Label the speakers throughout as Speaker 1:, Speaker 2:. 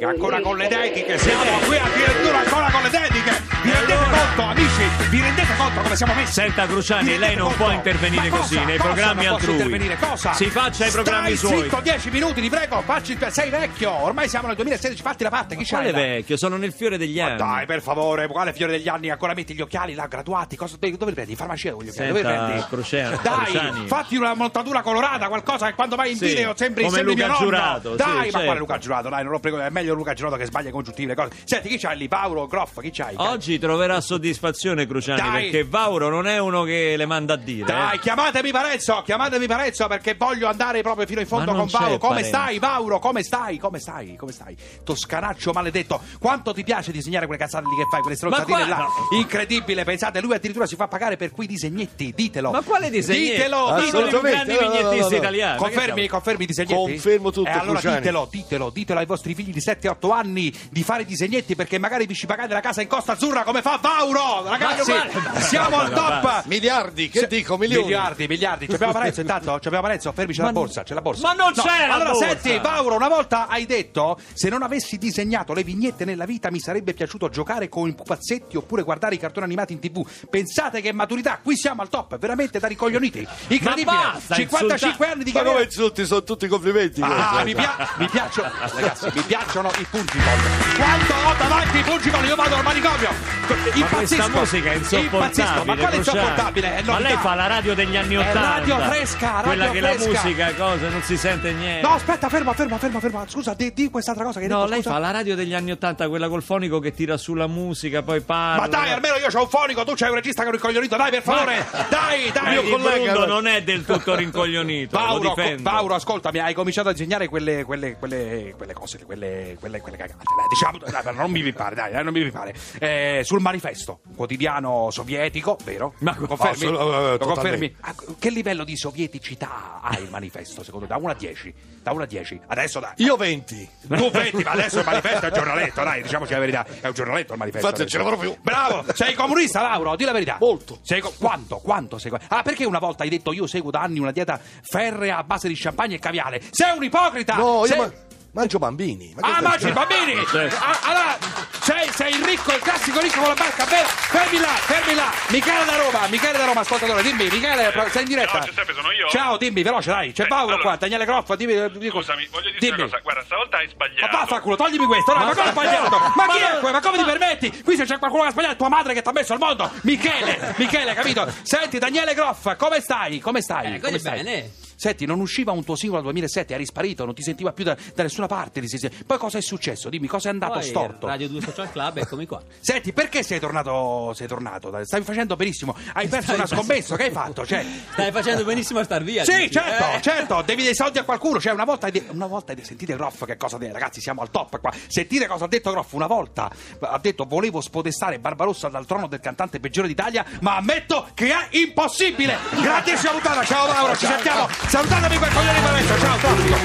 Speaker 1: ancora con le dediche, siamo qui addirittura ancora con le dediche. Vi rendete conto, amici? Vi rendete conto come siamo messi?
Speaker 2: Senta, Cruciani,
Speaker 1: Vi rendete
Speaker 2: lei non
Speaker 1: conto?
Speaker 2: può intervenire
Speaker 1: Ma
Speaker 2: così,
Speaker 1: cosa?
Speaker 2: nei
Speaker 1: Cosa
Speaker 2: programmi
Speaker 1: non posso
Speaker 2: altrui.
Speaker 1: intervenire? Cosa?
Speaker 2: Si faccia ai
Speaker 1: Stai
Speaker 2: programmi suoi.
Speaker 1: zitto, 10 minuti, ti prego, facci sei vecchio. Ormai siamo nel 2016, fatti la parte, chi c'è?
Speaker 2: Quale vecchio? Sono nel fiore degli
Speaker 1: Ma
Speaker 2: anni.
Speaker 1: dai, per favore, quale fiore degli anni? Ancora metti gli occhiali là, graduati. Cosa, dove dove li prendi? In farmacia con gli occhiali? dove
Speaker 2: Senta,
Speaker 1: li prendi?
Speaker 2: Crocea-
Speaker 1: dai,
Speaker 2: Crociani.
Speaker 1: fatti una montatura colorata, qualcosa che quando vai in
Speaker 2: Sì,
Speaker 1: video sembri,
Speaker 2: come
Speaker 1: sembri
Speaker 2: Luca
Speaker 1: mio nonno.
Speaker 2: Giurato, sì,
Speaker 1: dai, ma
Speaker 2: certo.
Speaker 1: quale Luca Giurato? Dai, non lo prego, è meglio Luca Giurato che sbaglia i congiuntivi le cose. Senti, chi c'hai lì? Paolo, Groff, chi c'hai?
Speaker 2: Oggi troverà soddisfazione Cruciani
Speaker 1: Dai.
Speaker 2: perché Vauro non è uno che le manda a dire.
Speaker 1: Dai,
Speaker 2: eh.
Speaker 1: chiamatemi Parezzo, chiamatemi Parezzo perché voglio andare proprio fino in fondo
Speaker 2: Ma
Speaker 1: con
Speaker 2: non
Speaker 1: Paolo.
Speaker 2: c'è
Speaker 1: Come
Speaker 2: Parenzo.
Speaker 1: stai, Paolo? Come stai? Come stai? Come stai? Toscanaccio maledetto, quanto ti piace disegnare quelle cazzate lì che fai, quelle stronzatine
Speaker 2: qua-
Speaker 1: là?
Speaker 2: no.
Speaker 1: Incredibile, pensate, lui addirittura si fa pagare per quei disegnetti, ditelo.
Speaker 2: Ma quale disegno?
Speaker 1: Ditelo, ditelo.
Speaker 2: Uno dei più
Speaker 3: Assolutamente,
Speaker 2: grandi
Speaker 3: no, no, no,
Speaker 2: vignettisti
Speaker 3: no.
Speaker 2: italiani. Ah, Ma che
Speaker 1: Confermi,
Speaker 2: siamo?
Speaker 1: confermi i disegnetti?
Speaker 3: Confermo tutto,
Speaker 1: E allora
Speaker 3: Cruciani.
Speaker 1: ditelo, ditelo, ditelo ai vostri figli di 7-8 anni di fare i disegnetti perché magari vi ci pagate la casa in Costa Azzurra come fa Vauro! Ragazzi,
Speaker 2: è uguale.
Speaker 1: siamo al top!
Speaker 3: Miliardi, che
Speaker 1: Se-
Speaker 3: dico, milioni.
Speaker 1: Miliardi, miliardi. C'abbiamo Parenzo intanto? C'abbiamo Parenzo? Fermi, c'è la
Speaker 2: Ma-
Speaker 1: borsa, c'è la borsa.
Speaker 2: ma non
Speaker 1: No,
Speaker 2: c'è la
Speaker 1: Allora,
Speaker 2: borsa!
Speaker 1: senti, Mauro, una volta hai detto se non avessi disegnato le vignette nella vita mi sarebbe piaciuto giocare con i pupazzetti oppure guardare i cartoni animati in tv. Pensate che maturità, qui siamo al top, è veramente da ricoglioniti. Incredibile.
Speaker 2: Ma basta
Speaker 1: 55
Speaker 2: insultare.
Speaker 1: anni di
Speaker 3: Ma
Speaker 1: carriera.
Speaker 3: come insulti, sono tutti complimenti.
Speaker 1: Ah,
Speaker 3: questi.
Speaker 1: mi, pia- mi piacciono, ragazzi, mi piacciono i Pungiball. Quanto ho davanti i Pungiball, io vado al manicomio.
Speaker 2: Ma
Speaker 1: Impazzisco.
Speaker 2: questa musica è
Speaker 1: Impazzisco,
Speaker 2: insopportabile.
Speaker 1: ma quale
Speaker 2: Cruciani?
Speaker 1: insopportabile? È
Speaker 2: Ma lei
Speaker 1: novità.
Speaker 2: fa la radio degli anni
Speaker 1: È
Speaker 2: Ottanta.
Speaker 1: radio fresca, radio
Speaker 2: Quella che la
Speaker 1: fresca.
Speaker 2: musica, cosa, non si sente niente.
Speaker 1: No, aspetta, ferma, ferma, ferma, ferma. Scusa, di, di quest'altra cosa che hai
Speaker 2: No,
Speaker 1: detto,
Speaker 2: lei
Speaker 1: scusa.
Speaker 2: fa la radio degli anni Ottanta, quella col fonico che tira sulla musica, poi parla.
Speaker 1: Ma dai, almeno io c'ho un fonico, tu c'hai un regista che è un ricoglionito, dai, per favore! Dai, dai!
Speaker 2: Mio
Speaker 3: Mio collega-
Speaker 2: collega Eh, non è del tutto rincoglionito. lo
Speaker 1: Pauro, co-
Speaker 2: difendo.
Speaker 1: Pauro, ascoltami, hai cominciato a disegnare quelle, quelle, quelle, quelle cose, quelle, quelle, quelle cagate. dai, diciamo, dai, non mi pare, dai, dai, non mi pare. Eh, sul manifesto, quotidiano sovietico, vero?
Speaker 2: Ma-
Speaker 1: Lo confermi?
Speaker 3: Ah, sul- eh,
Speaker 1: Lo
Speaker 3: totalmente.
Speaker 1: confermi? Ah, Che livello di sovieticità ha il manifesto, secondo te? Da 1 a 10? Da 1 a 10? Adesso dai.
Speaker 3: Io 20.
Speaker 1: Tu vedi, ma adesso il manifesto è un giornaletto, dai, diciamoci la verità, è un giornaletto il manifesto.
Speaker 3: Infatti, non ce
Speaker 1: adesso.
Speaker 3: ne farò più.
Speaker 1: Bravo, sei comunista, Lauro, di la verità.
Speaker 3: Molto.
Speaker 1: Sei co- quanto, quanto sei co- Ah, perché una volta hai detto io seguo da anni una dieta ferrea a base di champagne e caviale? Sei un ipocrita!
Speaker 3: No,
Speaker 1: sei...
Speaker 3: io ma- mangio bambini. Ma
Speaker 1: Ah,
Speaker 3: cosa-
Speaker 1: mangi i bambini!
Speaker 2: Certo.
Speaker 1: Ah, allora, sei, sei il ricco, il classico ricco con la barca, vero? Fermi là, fermi là! Michele da Roma, Michele da Roma, ascoltatore, dimmi, Michele,
Speaker 4: Eh,
Speaker 1: pro- sei in diretta?
Speaker 4: Ciao, Giuseppe, sono io.
Speaker 1: Ciao, dimmi, veloce, dai, c'è
Speaker 4: Eh,
Speaker 1: Paolo
Speaker 4: allora-
Speaker 1: qua, Daniele Groffo, dimmi... dimmi-
Speaker 4: Scusami, voglio dirti
Speaker 1: dimmi.
Speaker 4: una cosa. Guarda, stavolta hai
Speaker 1: Ma
Speaker 4: sbagliato.
Speaker 1: vaffanculo, toglimi questo, no, ma, cosa ho sbagliato? Ma chi è qua? Ma come ti permetti? Qui se c'è qualcuno che ha sbagliato, è tua madre che ti ha messo al mondo, Michele, Michele, capito? Senti, Daniele Groff, come stai? Come stai?
Speaker 5: Eh,
Speaker 1: come
Speaker 5: così
Speaker 1: stai?
Speaker 5: bene.
Speaker 1: Senti, non usciva un tuo singolo dal 2007, eri sparito, non ti sentiva più da, da nessuna parte. ti sei- Poi cosa è successo? Dimmi, cosa è andato
Speaker 5: Poi
Speaker 1: storto?
Speaker 5: Radio 2 Social Club, eccomi qua.
Speaker 1: Senti, perché sei tornato? Sei tornato? Stavi facendo benissimo, hai perso una scommessa, che hai fatto? Cioè,
Speaker 5: Stai facendo benissimo a star via.
Speaker 1: Sì,
Speaker 5: dici.
Speaker 1: certo,
Speaker 5: Eh.
Speaker 1: certo, devi dei soldi a qualcuno. Cioè, una volta, hai de- una volta hai de- sentite Groff che cosa ha detto, ragazzi, siamo al top qua. Sentite cosa ha detto Groff una volta. Ha detto volevo spodestare Barbarossa dal trono del cantante peggiore d'Italia, ma ammetto che è impossibile. Grandissima puntata, ciao Mauro, ci sentiamo. Salutatemi per cogliere Parenzo, ciao, traffico.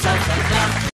Speaker 6: Salta,